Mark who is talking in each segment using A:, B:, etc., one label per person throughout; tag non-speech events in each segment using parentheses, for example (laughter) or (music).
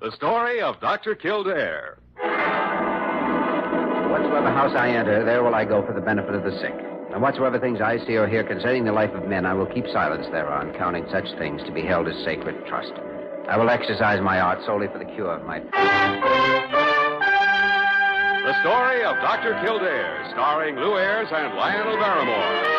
A: The story of Dr. Kildare.
B: Whatsoever house I enter, there will I go for the benefit of the sick. And whatsoever things I see or hear concerning the life of men, I will keep silence thereon, counting such things to be held as sacred trust. I will exercise my art solely for the cure of my.
A: The story of Dr. Kildare, starring Lou Ayres and Lionel Barrymore.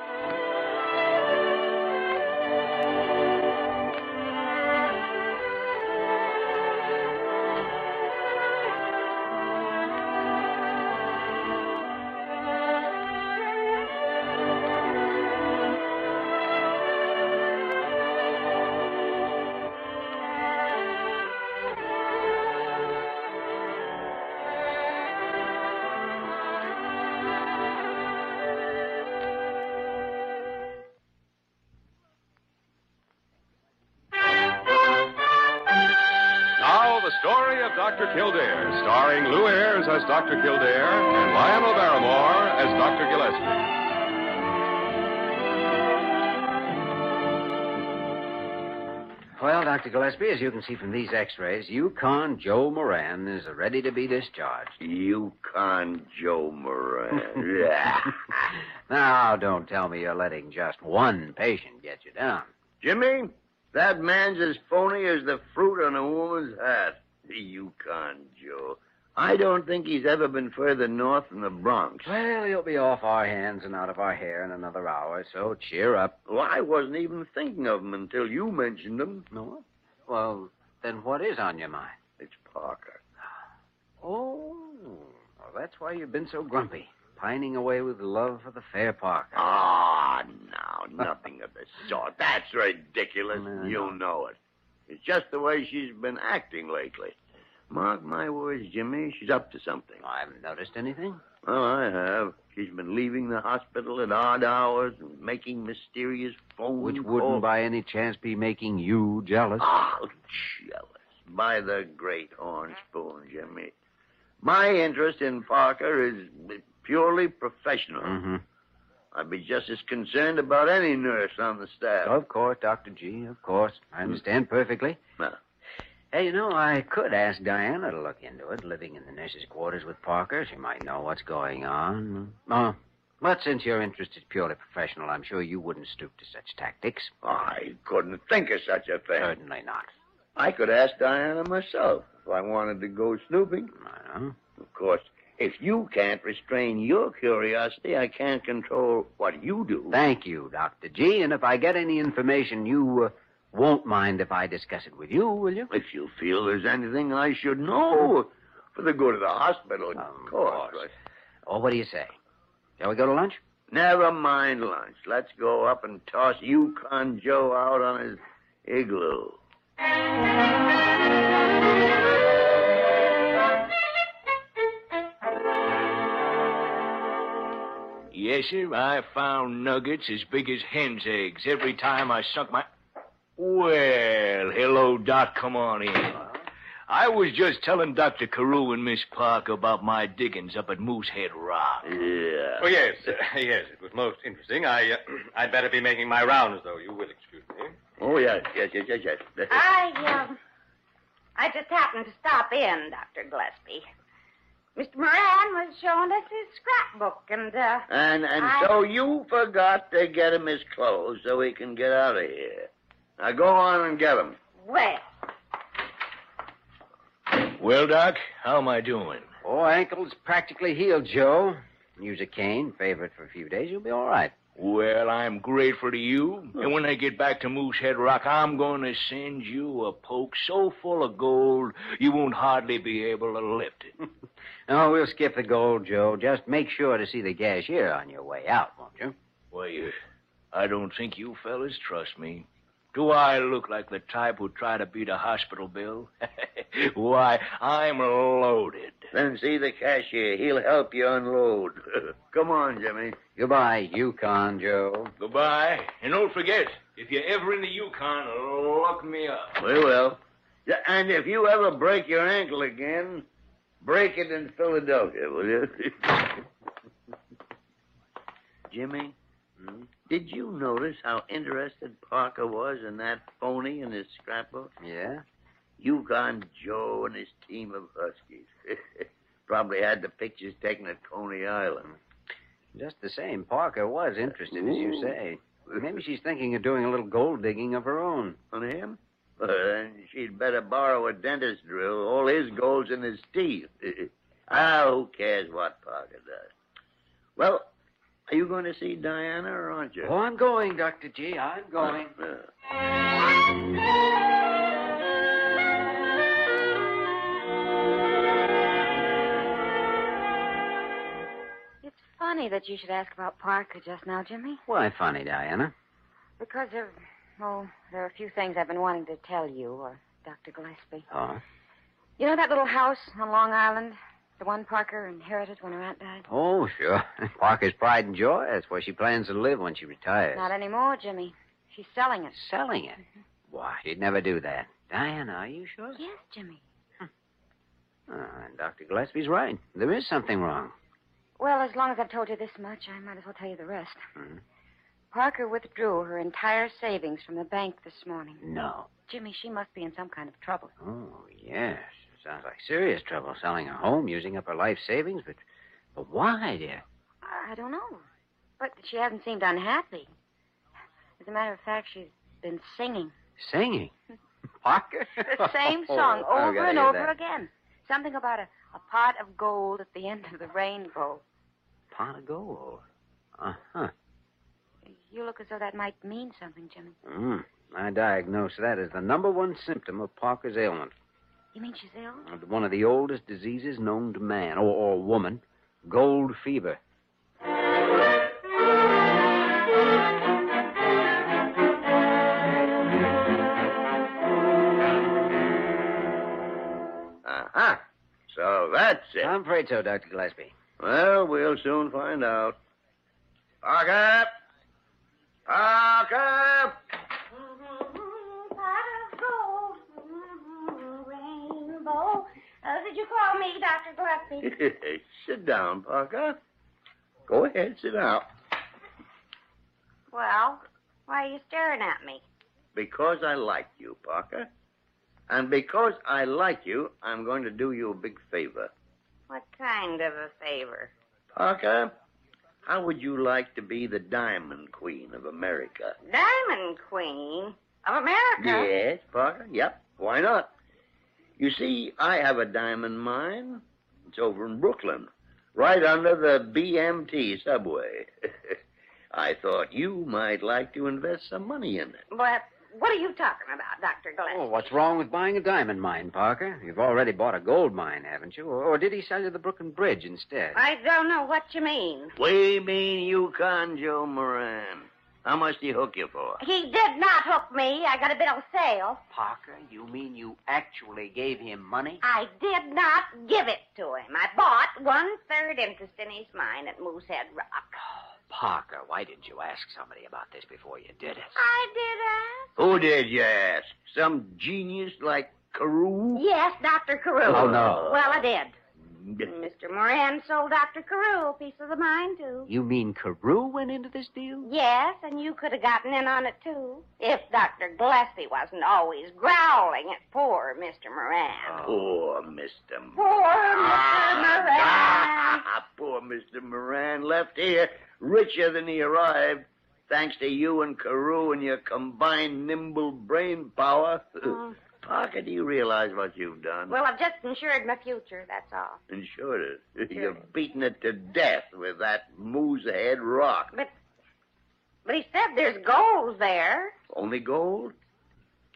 A: Now, the story of Dr. Kildare, starring Lou Ayres as Dr. Kildare and Lionel Barrymore as Dr. Gillespie.
B: Well, Dr. Gillespie, as you can see from these x rays, Yukon Joe Moran is ready to be discharged. (laughs)
C: Yukon Joe Moran.
B: now, don't tell me you're letting just one patient get you down.
C: (laughs) Jimmy, that man's as phony as the fruit on a woman's hat. The Yukon Joe. I don't think he's ever been further north than the Bronx.
B: Well, you'll be off our hands and out of our hair in another hour, so cheer up.
C: Well, I wasn't even thinking of him until you mentioned him.
B: No? Well, then what is on your mind?
C: It's Parker.
B: Oh, well, that's why you've been so grumpy, pining away with love for the fair Parker.
C: Ah, no, nothing of the sort. That's ridiculous.
B: No,
C: you know it. It's just the way she's been acting lately. Mark my words, Jimmy, she's up to something.
B: Oh, I haven't noticed anything.
C: Well, I have. She's been leaving the hospital at odd hours and making mysterious phone
B: Which
C: calls.
B: wouldn't by any chance be making you jealous.
C: Oh, jealous. By the great horn spoon, Jimmy. My interest in Parker is purely professional.
B: Mm-hmm.
C: I'd be just as concerned about any nurse on the staff.
B: Of course, Dr. G, of course. I understand perfectly.
C: Well.
B: Hey, you know, I could ask Diana to look into it, living in the nurse's quarters with Parker. She might know what's going on. Oh, but since your interest is purely professional, I'm sure you wouldn't stoop to such tactics.
C: I couldn't think of such a thing.
B: Certainly not.
C: I could ask Diana myself if I wanted to go snooping.
B: I know.
C: Of course, if you can't restrain your curiosity, I can't control what you do.
B: Thank you, Dr. G. And if I get any information, you uh, won't mind if I discuss it with you, will you?
C: If you feel there's anything I should know, for the good of the hospital,
B: Of
C: of course.
B: course. Or what do you say? Shall we go to lunch?
C: Never mind lunch. Let's go up and toss Yukon Joe out on his igloo.
D: Yes, sir. I found nuggets as big as hen's eggs every time I sunk my. Well, hello, Doc. Come on in. I was just telling Dr. Carew and Miss Park about my diggings up at Moosehead Rock.
C: Yeah.
E: Oh, yes, (laughs) uh, yes, it was most interesting. I, uh, (clears throat) I'd better be making my rounds, though. You will excuse me.
C: Oh, yes, yes, yes, yes, yes.
F: I, um, I just happened to stop in, Dr. Gillespie. Mr. Moran was showing us his scrapbook, and, uh,
C: And and
F: I-
C: so you forgot to get him his clothes so he can get out of here. Now go on and get him.
F: well,
D: Well, Doc, how am I doing?
B: Oh, ankle's practically healed, Joe. Use a cane, favor it for a few days, you'll be all right.
D: Well, I'm grateful to you.
C: Hmm.
D: And when I get back to Moosehead Rock, I'm going to send you a poke so full of gold you won't hardly be able to lift it.
B: No, we'll skip the gold, Joe. Just make sure to see the cashier on your way out, won't you?
D: Why, uh, I don't think you fellas trust me. Do I look like the type who'd try to beat a hospital bill? (laughs) Why, I'm loaded.
C: Then see the cashier. He'll help
D: (laughs)
C: you unload. Come on, Jimmy.
B: Goodbye, Yukon, Joe.
D: Goodbye. And don't forget, if you're ever in the Yukon, look me up.
C: We will. Yeah, And if you ever break your ankle again, break it in Philadelphia, will you? (laughs) Jimmy,
B: Hmm?
C: did you notice how interested Parker was in that phony and his scrapbook?
B: Yeah?
C: Yukon Joe and his team of Huskies. (laughs) Probably had the pictures taken at Coney Island.
B: Just the same, Parker was interested, as you
C: Ooh.
B: say. Maybe she's thinking of doing a little gold digging of her own.
C: (laughs) On him? Well, then she'd better borrow a dentist drill. All his gold's in his teeth. (laughs) ah, who cares what Parker does? Well, are you going to see Diana or aren't you?
B: Oh, I'm going, Dr. G. I'm going.
C: Uh,
F: It's funny that you should ask about Parker just now, Jimmy,
B: Why funny, Diana?
F: because of, oh, there are a few things I've been wanting to tell you or Dr. Gillespie.
B: Oh?
F: You know that little house on Long Island? The one Parker inherited when her aunt died?
B: Oh, (laughs) sure. Parker's pride and joy. That's where she plans to live when she retires.
F: Not Mm-hmm. anymore, Jimmy. She's selling it.
B: Selling it. Why, she'd never do that. Diana, are you sure?
F: Yes, Jimmy.
B: Ah, and Dr. Gillespie's right. There is something wrong.
F: Well, as long as I've told you this much, I might as well tell you the rest.
B: Hmm.
F: Parker withdrew her entire savings from the bank this morning.
B: No.
F: Jimmy, she must be in some kind of trouble.
B: Oh, yes. Sounds like serious trouble selling her home, using up her life savings, but, but why, dear?
F: I don't know. But she hasn't seemed unhappy. As a matter of fact, she's been singing
B: Singing. Parker?
F: (laughs) the
B: (laughs)
F: same song
B: Oh, I've
F: over
B: gotta
F: and
B: hear
F: over
B: that.
F: again. Something about a, a pot of gold at the end of the rainbow.
B: Pot of gold. Uh huh.
F: You look as though that might mean something, Jimmy.
B: Mm. I diagnose that as the number one symptom of Parker's ailment.
F: You mean she's ill?
B: one of the oldest diseases known to man or, or woman gold fever.
C: Uh-huh. So that's it.
B: I'm afraid so, Dr. Gillespie.
C: Well, we'll soon find out. Parker! Parker! (laughs)
F: Pot of gold, rainbow. Oh, did you call me, Dr. Gillespie?
C: sit down, Parker. Go ahead, sit down.
F: Well, why are you staring at me?
C: Because I like you, Parker. And because I like you, I'm going to do you a big favor.
F: What kind of a favor?
C: Parker, how would you like to be the Diamond Queen of America?
F: Diamond Queen of America.
C: Yes, Parker. Yep. Why not? You see, I have a diamond mine. It's over in Brooklyn, right under the BMT subway. (laughs) I thought you might like to invest some money in it.
F: But what are you talking about, Dr. Gillespie?
B: Oh, what's wrong with buying a diamond mine, Parker? You've already bought a gold mine, haven't you? Or, or did he sell you the Brooklyn Bridge instead?
F: I don't know what you mean.
C: We mean you, Conjo Moran. How much do you hook you for?
F: He did not hook me. I got a bit of sale.
B: Parker, you mean you actually gave him money?
F: I did not give it to him. I bought one third interest in his mine at Moosehead Rock.
B: Oh, Parker, why didn't you ask somebody about this before you did it?
F: I did
C: Who did you ask? Some genius like Carew?
F: ask. Yes, Dr. Carew.
B: Oh, no.
F: Well, I did.
C: Mm.
F: Mr. Moran sold Dr. Carew a piece of the mine, too.
B: You mean Carew went into this deal?
F: Yes, and you could have gotten in on it too. If Dr. Gillespie wasn't always growling at poor Mr.
C: Oh.
F: Moran.
C: Poor Mr.
F: Poor Mr. Moran.
C: Ah, Poor Mr. Moran left here richer than he arrived, thanks to you and Carew and your combined nimble brain power.
F: Mm.
C: (laughs) Parker, do you realize what you've done?
F: Well, I've just insured my future, that's all.
C: and sure it is. (laughs)
F: Sure.
C: You've beaten it to death with that moosehead rock.
F: But he said there's gold there.
C: Only gold?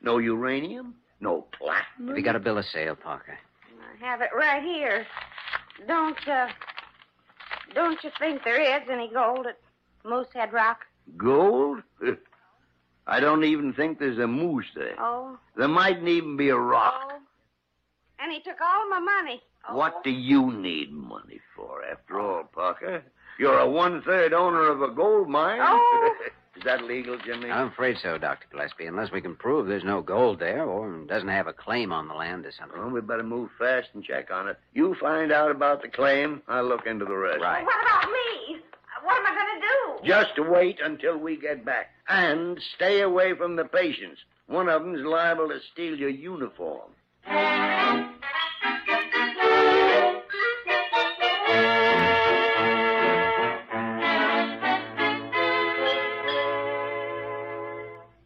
C: No uranium? No platinum?
B: Have you got a bill of sale, Parker?
F: I have it right here. Don't, uh, don't you think there is any gold at Moosehead Rock?
C: Gold? (laughs) I don't even think there's a moose there.
F: Oh,
C: There mightn't even be a rock.
F: oh. And he took all my money. Oh.
C: What do you need money for, after all, Parker? You're a one third owner of a gold mine.
F: Oh.
C: (laughs) Is that legal, Jimmy?
B: I'm afraid so, Dr. Gillespie, unless we can prove there's no gold there or doesn't have a claim on the land or something.
C: Well, we better move fast and check on it. You find out about the claim. I'll look into the rest.
B: Right.
F: What about me? What am I going to do?
C: Just wait until we get back. And stay away from the patients. One of them's liable to steal your uniform.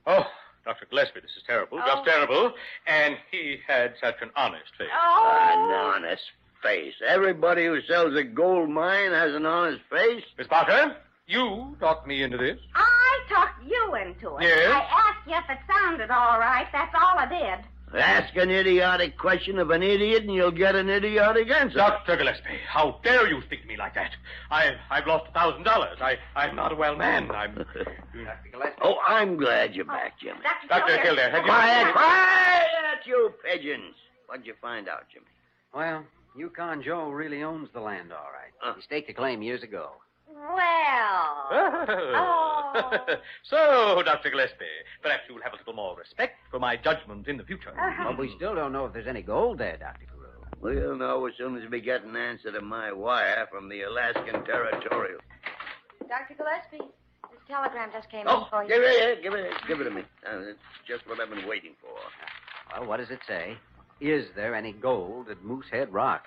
E: Oh, Dr. Gillespie, this is terrible,
F: Oh.
E: just terrible. And he had such an honest face.
C: An
F: Oh,
C: honest face. Everybody who sells a gold mine has an honest face.
E: Miss Parker, you talked me into this.
F: I talked you into it.
E: Yes?
F: I asked you if it sounded all right. That's all I did.
C: Ask an idiotic question of an idiot, and you'll get an idiotic answer.
E: Dr. Gillespie, how dare you speak to me like that? I've, I've lost a thousand dollars. I, I'm not a well man. I'm.
D: (laughs)
E: (laughs)
C: Oh, I'm glad you're back, Jimmy.
F: Dr.
E: Dr. Kildare, have you...
C: Quiet, quiet, you pigeons. What'd you find out, Jimmy?
B: Well, Yukon Joe really owns the land, all right.
C: Huh.
B: He staked a claim years ago.
F: Well, Oh.
E: so, Dr. Gillespie, perhaps you will have a little more respect for my judgment in the future.
C: Hmm.
F: Uh-huh.
B: But we still don't know if there's any gold there, Dr. Carew.
C: We'll know as soon as we get an answer to my wire from the Alaskan Territorial.
F: Dr. Gillespie, this telegram just came
C: Oh,
F: in for you.
C: give it here, give it here, give it to me. Uh, it's just what I've been waiting for.
B: Well, what does it say? Is there any gold at Moosehead Rock?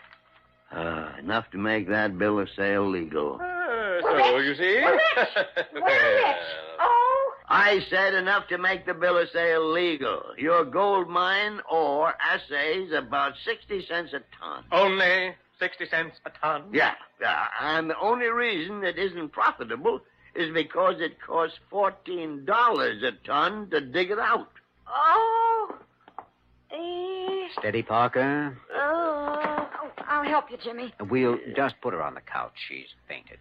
C: Ah, enough to make that bill of sale legal.
E: Ah,
F: Well,
E: so,
F: Rex,
E: you see?
F: well, Rex,
E: (laughs)
F: Well, Rex,
E: Well,
F: oh,
C: I said enough to make the bill of sale legal. Your gold mine or assays about 60 cents a ton.
E: Only 60 cents a ton?
C: Yeah, yeah. And the only reason it isn't profitable is because it costs $14 a ton to dig it out.
F: oh. Eh,
B: Steady, Parker.
F: oh. Oh, I'll help you, Jimmy.
B: We'll just put her on the couch. She's fainted.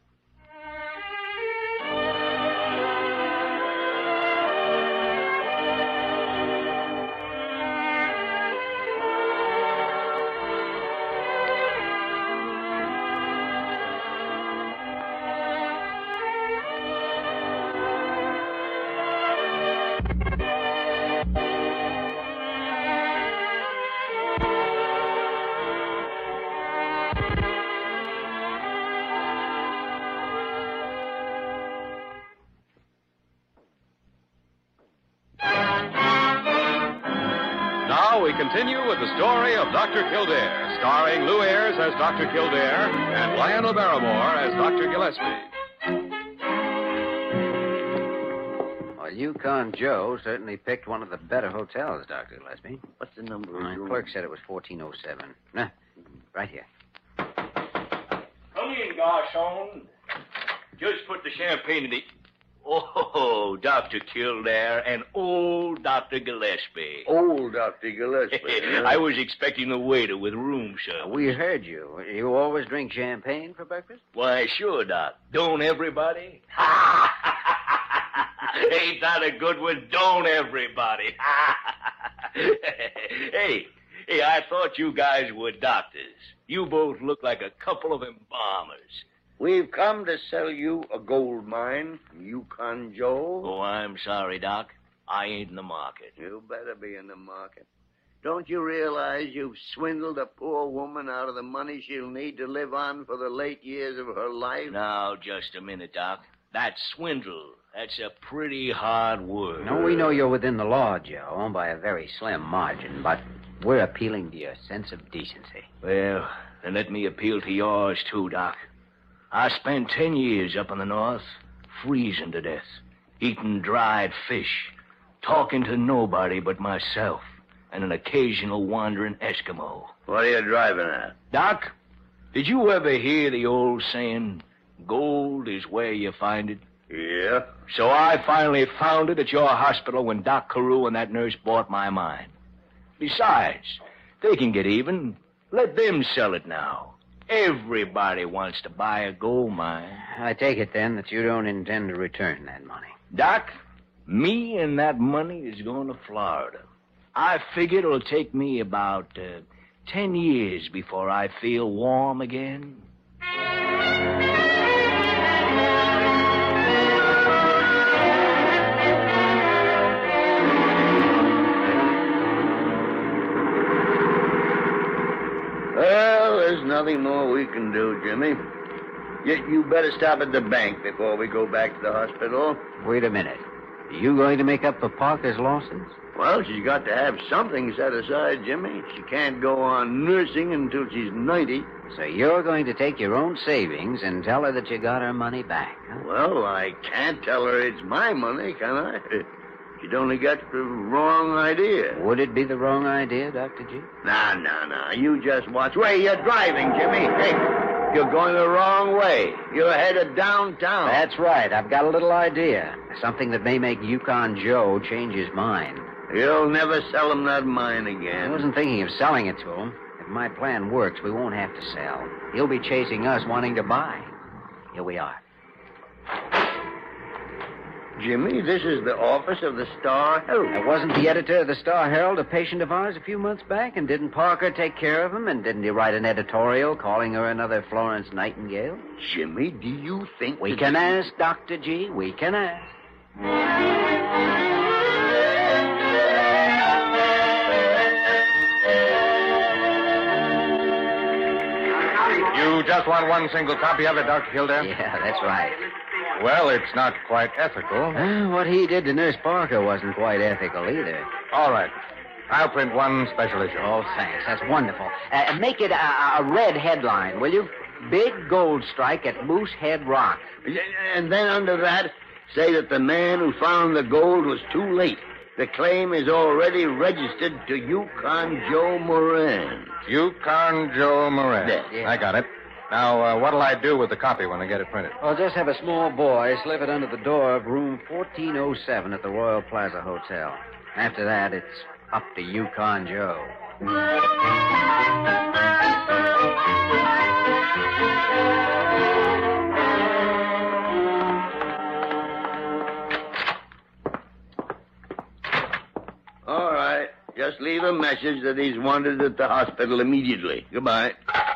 A: Now we continue with the story of Dr. Kildare, starring Lou Ayres as Dr. Kildare and Lionel Barrymore as Dr. Gillespie.
B: Well, Yukon Joe certainly picked one of the better hotels, Dr. Gillespie.
C: What's the number of
B: My
C: room?
B: clerk said it was 1407. Nah, right here.
D: Come in, Garson. Just put the champagne in the. Oh, Dr. Kildare and old Dr. Gillespie.
C: Old Dr. Gillespie.
D: (laughs) I was expecting the waiter with room service.
B: We heard you. You always drink champagne for breakfast?
D: Why, sure, Doc. Don't everybody? (laughs) Ain't that a good one? Don't everybody. (laughs) hey, hey, I thought you guys were doctors. You both look like a couple of embalmers.
C: We've come to sell you a gold mine, Yukon Joe.
D: Oh, I'm sorry, Doc. I ain't in the market.
C: You better be in the market. Don't you realize you've swindled a poor woman out of the money she'll need to live on for the late years of her life?
D: Now, just a minute, Doc. That swindle, that's a pretty hard word.
B: No, we know you're within the law, Joe, by a very slim margin, but we're appealing to your sense of decency.
D: Well, then let me appeal to yours, too, Doc. I spent ten years up in the North, freezing to death, eating dried fish, talking to nobody but myself, and an occasional wandering Eskimo.
C: What are you driving at?
D: Doc, did you ever hear the old saying, gold is where you find it?
C: Yeah?
D: So I finally found it at your hospital when Doc Carew and that nurse bought my mine. Besides, they can get even. Let them sell it now. Everybody wants to buy a gold mine.
B: I take it, then, that you don't intend to return that money.
D: Doc, Me and that money is going to Florida. I figure it'll take me about uh, ten years before I feel warm again.
C: Well, there's nothing more we can do, Jimmy. You, you better stop at the bank before we go back to the hospital.
B: Wait a minute. Are you going to make up for Parker's losses?
C: Well, she's got to have something set aside, Jimmy. She can't go on nursing until she's 90.
B: So you're going to take your own savings and tell her that you got her money back, huh?
C: Well, I can't tell her it's my money, can I? (laughs) She'd only got the wrong idea.
B: Would it be the wrong idea, Dr. G?
C: No, no, no. You just watch where you're driving, Jimmy. Hey, you're going the wrong way. You're headed downtown.
B: That's right. I've got a little idea. Something that may make Yukon Joe change his mind.
C: You'll never sell him that mine
B: I
C: again.
B: wasn't thinking of selling it to him. If my plan works, we won't have to sell. He'll be chasing us wanting to buy. Here we are.
C: Jimmy, this is the office of the Star Herald.
B: Now, wasn't the editor of the Star Herald a patient of ours a few months back? And didn't Parker take care of him? And didn't he write an editorial calling her another Florence Nightingale?
C: Jimmy, do you think
B: We
C: that-
B: can ask, Dr. G. We can ask. (laughs)
E: You just want one single copy of it, Dr. Kildare?
B: Yeah, that's right.
E: Well, it's not quite ethical.
B: Uh, what he did to Nurse Parker wasn't quite ethical either.
E: All right. I'll print one special issue.
B: Oh, thanks. That's wonderful. Uh, make it a, a red headline, will you? Big gold strike at Moosehead Rock.
C: Yeah, And then under that, say that the man who found the gold was too late. The claim is already registered to Yukon Joe Moran.
E: Yukon Joe Moran.
B: Yeah.
E: I got it. Now, uh, what'll I do with the copy when I get it printed?
B: Well, just have a small boy slip it under the door of room 1407 at the Royal Plaza Hotel. After that, it's up to Yukon Joe.
C: All right. Just leave a message that he's wanted at the hospital immediately. Goodbye.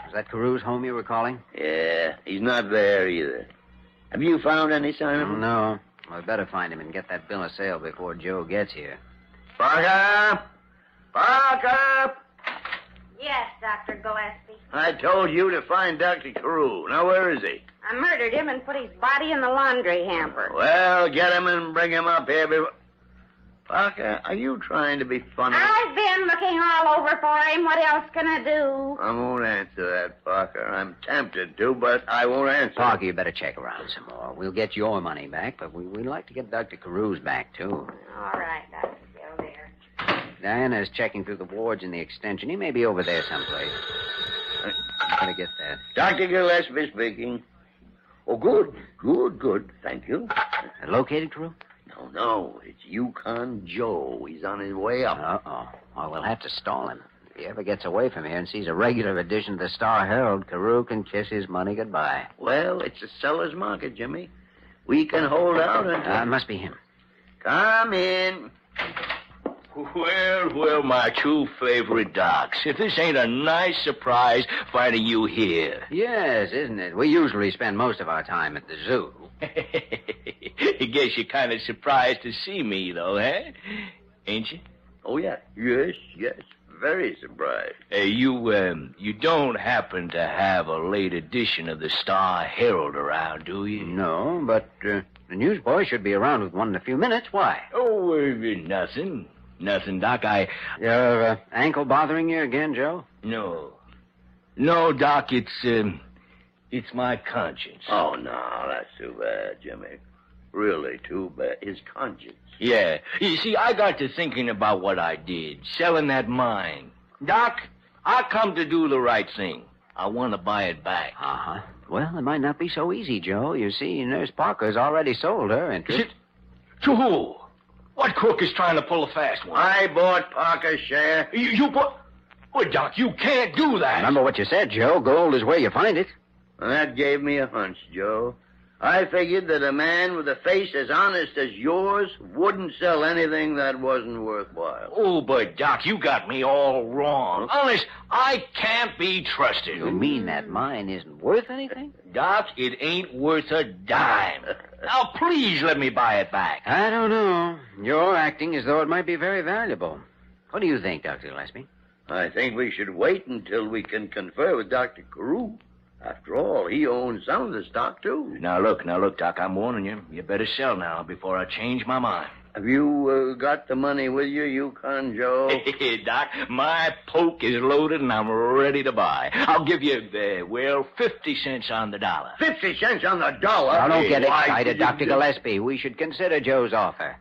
B: Is that Carew's home you were calling?
C: Yeah, he's not there either. Have you found any sign of him?
B: No. Well, we better find him and get that bill of sale before Joe gets here.
C: Parker! Parker!
F: Yes, Dr. Gillespie.
C: I told you to find Dr. Carew. Now, where is he?
F: I murdered him and put his body in the laundry hamper.
C: Well, get him and bring him up here before... Parker, are you trying to be funny?
F: I've been looking all over for him. What else can I do?
C: I won't answer that, Parker. I'm tempted to, but I won't answer.
B: Parker, you better check around some more. We'll get your money back, but we, we'd like to get Dr. Carew's back, too.
F: All right, Dr. Kildare.
B: Diana's checking through the wards in the extension. He may be over there someplace. I'm going to get that.
C: Dr. Gillespie speaking. Oh, good, good, good. Thank you.
B: Uh, Located, Carew?
C: No, no, it's Yukon Joe. He's on his way up.
B: Uh-oh. Well, we'll have to stall him. If he ever gets away from here and sees a regular edition of the Star Herald, Carew can kiss his money goodbye.
C: Well, it's a seller's market, Jimmy. We can hold out until...
B: Uh, it
D: Uh-huh.
B: must be him.
C: Come in.
D: Well, well, my two favorite docs. If this ain't a nice surprise finding you here. (laughs)
B: Yes, isn't it? We usually spend most of our time at the zoo.
D: I guess you're kind of surprised to see me, though, eh? Ain't you?
C: Oh, yeah. Yes, yes. Very surprised.
D: Hey, you, um, you don't happen to have a late edition of the Star Herald around, do you?
B: No, but uh, the newsboy should be around with one in a few minutes. Why?
D: Oh, uh, nothing. Nothing, Doc. I.
B: Your uh, ankle bothering you again, Joe?
D: No. No, Doc, it's, um, it's my conscience.
C: Oh, no, that's too bad, Jimmy. Really too bad. His conscience.
D: Yeah. You see, I got to thinking about what I did, selling that mine. Doc, I come to do the right thing. I want to buy it back.
B: Uh-huh. Well, it might not be so easy, Joe. You see, Nurse Parker's already sold her interest.
D: Shit. To who? What crook is trying to pull a fast one?
C: I bought Parker's share.
D: You, you bought. Well, Doc, you can't do that.
B: Remember what you said, Joe. Gold is where you find it.
C: And that gave me a hunch, Joe. I figured that a man with a face as honest as yours wouldn't sell anything that wasn't worthwhile.
D: Oh, but Doc, you got me all wrong. Honest, I can't be trusted.
B: You mean that mine isn't worth anything?
D: Doc, it ain't worth a dime. Now, please let me buy it back.
B: I don't know. You're acting as though it might be very valuable. What do you think, Dr. Gillespie?
C: (laughs) I think we should wait until we can confer with Dr. Carew. After all, he owns some of the stock, too.
D: Now, look, now, look, Doc, I'm warning you. You better sell now before I change my mind.
C: Have you uh, got the money with you, Yukon
D: (laughs)
C: Joe?
D: Doc, my poke is loaded and I'm ready to buy. I'll give you, uh, well, 50 cents on the dollar.
C: Fifty cents on the dollar.
B: Now, don't
C: Hey,
B: get
C: why
B: excited,
C: did you
B: Dr.
C: do-
B: Gillespie. We should consider Joe's offer.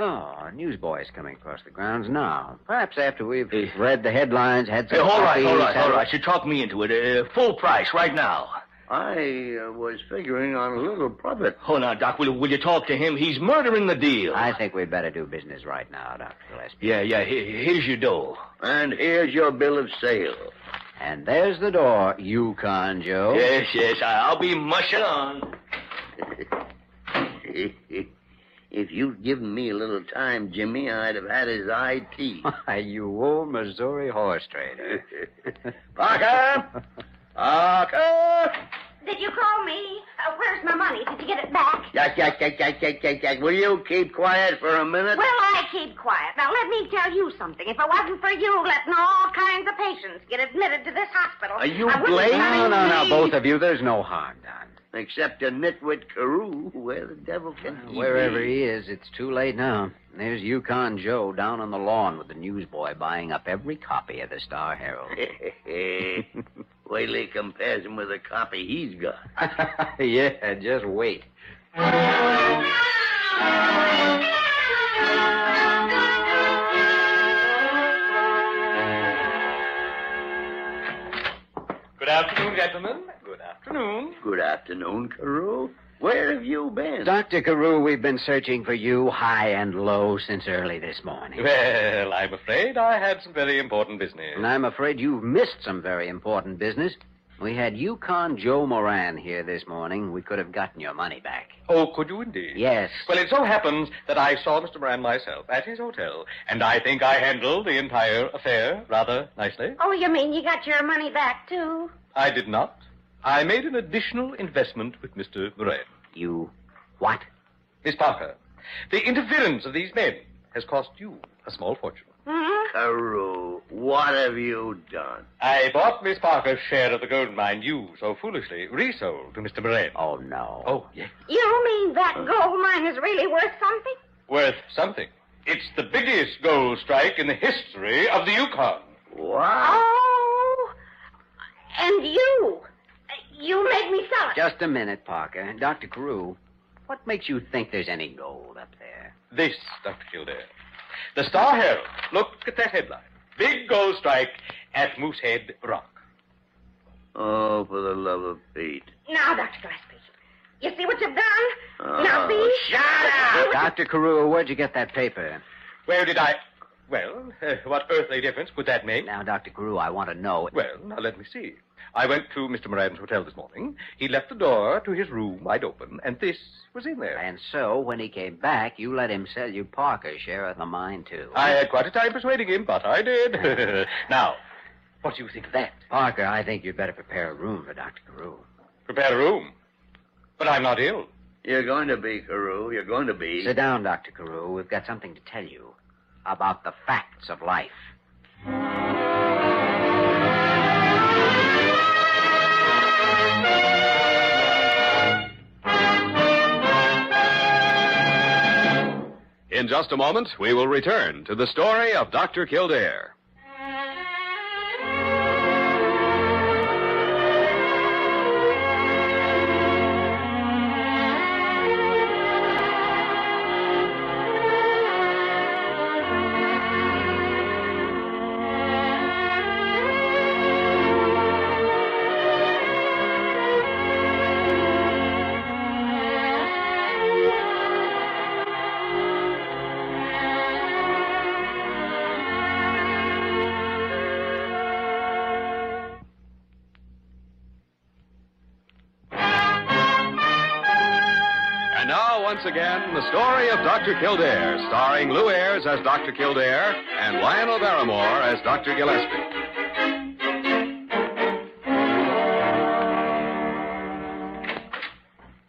B: Oh, a newsboy's coming across the grounds now. Perhaps after we've
D: Eh.
B: read the headlines, had some.
D: Hey, all right,
B: coffee,
D: all right,
B: had-
D: all right. You talk me into it. Uh, full price right now.
C: I uh, was figuring on a little profit.
D: Oh, now, Doc, will, will you talk to him? He's murdering the deal.
B: I think we'd better do business right now, Dr. Gillespie.
D: Yeah, yeah, here, here's your dough.
C: And here's your bill of sale. (laughs)
B: And there's the door, Yukon Joe.
D: Yes, yes, I- I'll be mushing on.
C: if you'd given me a little time, Jimmy, I'd have had his (laughs) IT.
B: Why, (laughs) you old Missouri horse trader.
C: (laughs) Parker! Parker!
F: Did you call me? Uh, where's my money? Did you get it back?
C: Yak, yak, yak, yak, yak, yak, yak. Will you keep quiet for a minute?
F: Well, I keep quiet. Now, let me tell you something. If it wasn't for you letting all kinds of patients get admitted to this hospital,
C: Are you
F: I wouldn't
C: Blake?
B: (laughs)
F: have-
B: No, no, no, both of you. There's no harm done.
C: Except a nitwit Carew, where the devil can he
B: Wherever
C: be?
B: he is, it's too late now. There's Yukon Joe down on the lawn with the newsboy buying up every copy of the Star
E: (laughs)
B: Herald.
C: (laughs) Wait till he compares him with the copy he's got.
B: (laughs) yeah, just wait.
E: Good afternoon, gentlemen. Good afternoon.
C: Good afternoon, Carew. Where have you been?
B: Dr. Carew, we've been searching for you high and low since early this morning.
E: Well, I'm afraid I had some very important business.
B: And I'm afraid you've missed some very important business. We had Yukon Joe Moran here this morning. We could have gotten your money back.
E: Oh, could you indeed?
B: Yes.
E: Well, it so happens that I saw Mr. Moran myself at his hotel, and I think I handled the entire affair rather nicely.
F: Oh, you mean you got your money back, too?
E: I did not. I made an additional investment with Mr. Moran.
B: You what?
E: Miss Parker, the interference of these men has cost you a small fortune.
F: Hmm?
C: Carew, what have you done?
E: I bought Miss Parker's share of the gold mine you so foolishly resold to Mr. Moran.
B: Oh no.
E: Oh, yes.
F: You mean that gold mine is really worth something?
E: Worth something. It's the biggest gold strike in the history of the Yukon.
C: Wow.
F: Oh, and you. You made me sell it.
B: Just a minute, Parker. Dr. Carew, what makes you think there's any gold up there?
E: This, Dr. Kildare. The Star Herald. Look at that headline. Big gold strike at Moosehead Rock.
C: Oh, for the love of Pete.
F: Now, Dr. Gillespie, you see what you've done?
C: Oh,
F: now, see? Shut
B: Dr. Carew, where'd you get that paper?
E: Where did I... Well, uh, what earthly difference would that make?
B: Now, Dr. Carew, I want to know.
E: Well, now let me see. I went to Mr. Moran's hotel this morning. He left the door to his room wide open, and this was in there.
B: And so, when he came back, you let him sell you Parker's share of the mine, too.
E: I had quite a time persuading him, but I did. (laughs) now, what do you think of that?
B: Parker, I think you'd better prepare a room for Dr. Carew.
E: Prepare a room. But I'm not ill.
C: You're going to be, Carew. You're going to be.
B: Sit down, Dr. Carew. We've got something to tell you about the facts of life.
A: In just a moment, we will return to the story of Dr. Kildare.
F: up!
E: once again, the story of Dr. Kildare, starring Lou Ayres as Dr. Kildare and Lionel Barrymore as Dr. Gillespie.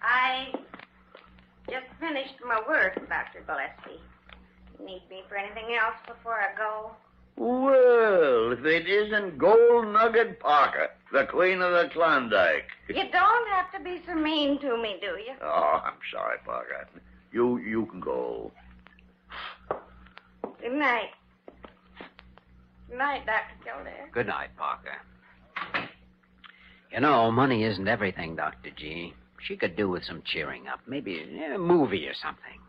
G: I just finished my work, Dr. Gillespie. Need me for anything else before I go?
C: Well, if it isn't Gold Nugget Parker, the queen of the Klondike.
G: You don't have to be so mean to me, do you?
C: Oh, I'm sorry, Parker. You you can go.
G: Good night. Good night, Dr. Kildare.
B: Good night, Parker. You know, money isn't everything, Dr. G. She could do with some cheering up. Maybe eh, a movie or something.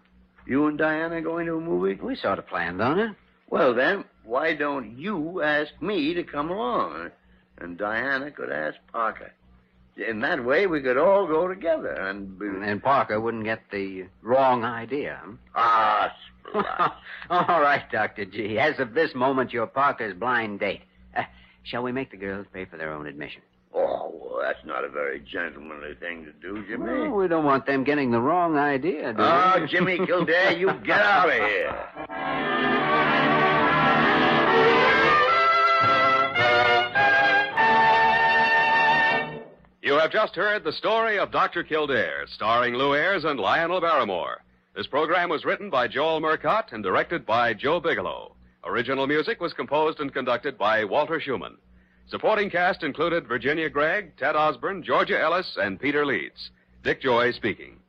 C: You and Diana going to a movie?
B: We sort of planned on it.
C: Well then, why don't you ask me to come along? And Diana could ask Parker. In that way we could all go together and be...
B: And Parker wouldn't get the wrong idea. hmm?
C: Ah
B: (laughs)
C: splash.
B: All right, Dr. G. As of this moment, you're Parker's blind date. Uh, shall we make the girls pay for their own admission?
C: (laughs) Oh, well, that's not a very gentlemanly thing to do, Jimmy.
B: Well, we don't want them getting the wrong idea, do we?
C: Oh, Jimmy Kildare, you
B: (laughs)
C: get out of here.
E: You have just heard the story of Dr. Kildare, starring Lou Ayres and Lionel Barrymore. This program was written by Joel Murcott and directed by Joe Bigelow. Original music was composed and conducted by Walter Schumann. Supporting cast included Virginia Gregg, Ted Osborne, Georgia Ellis, and Peter Leeds. Dick Joy speaking.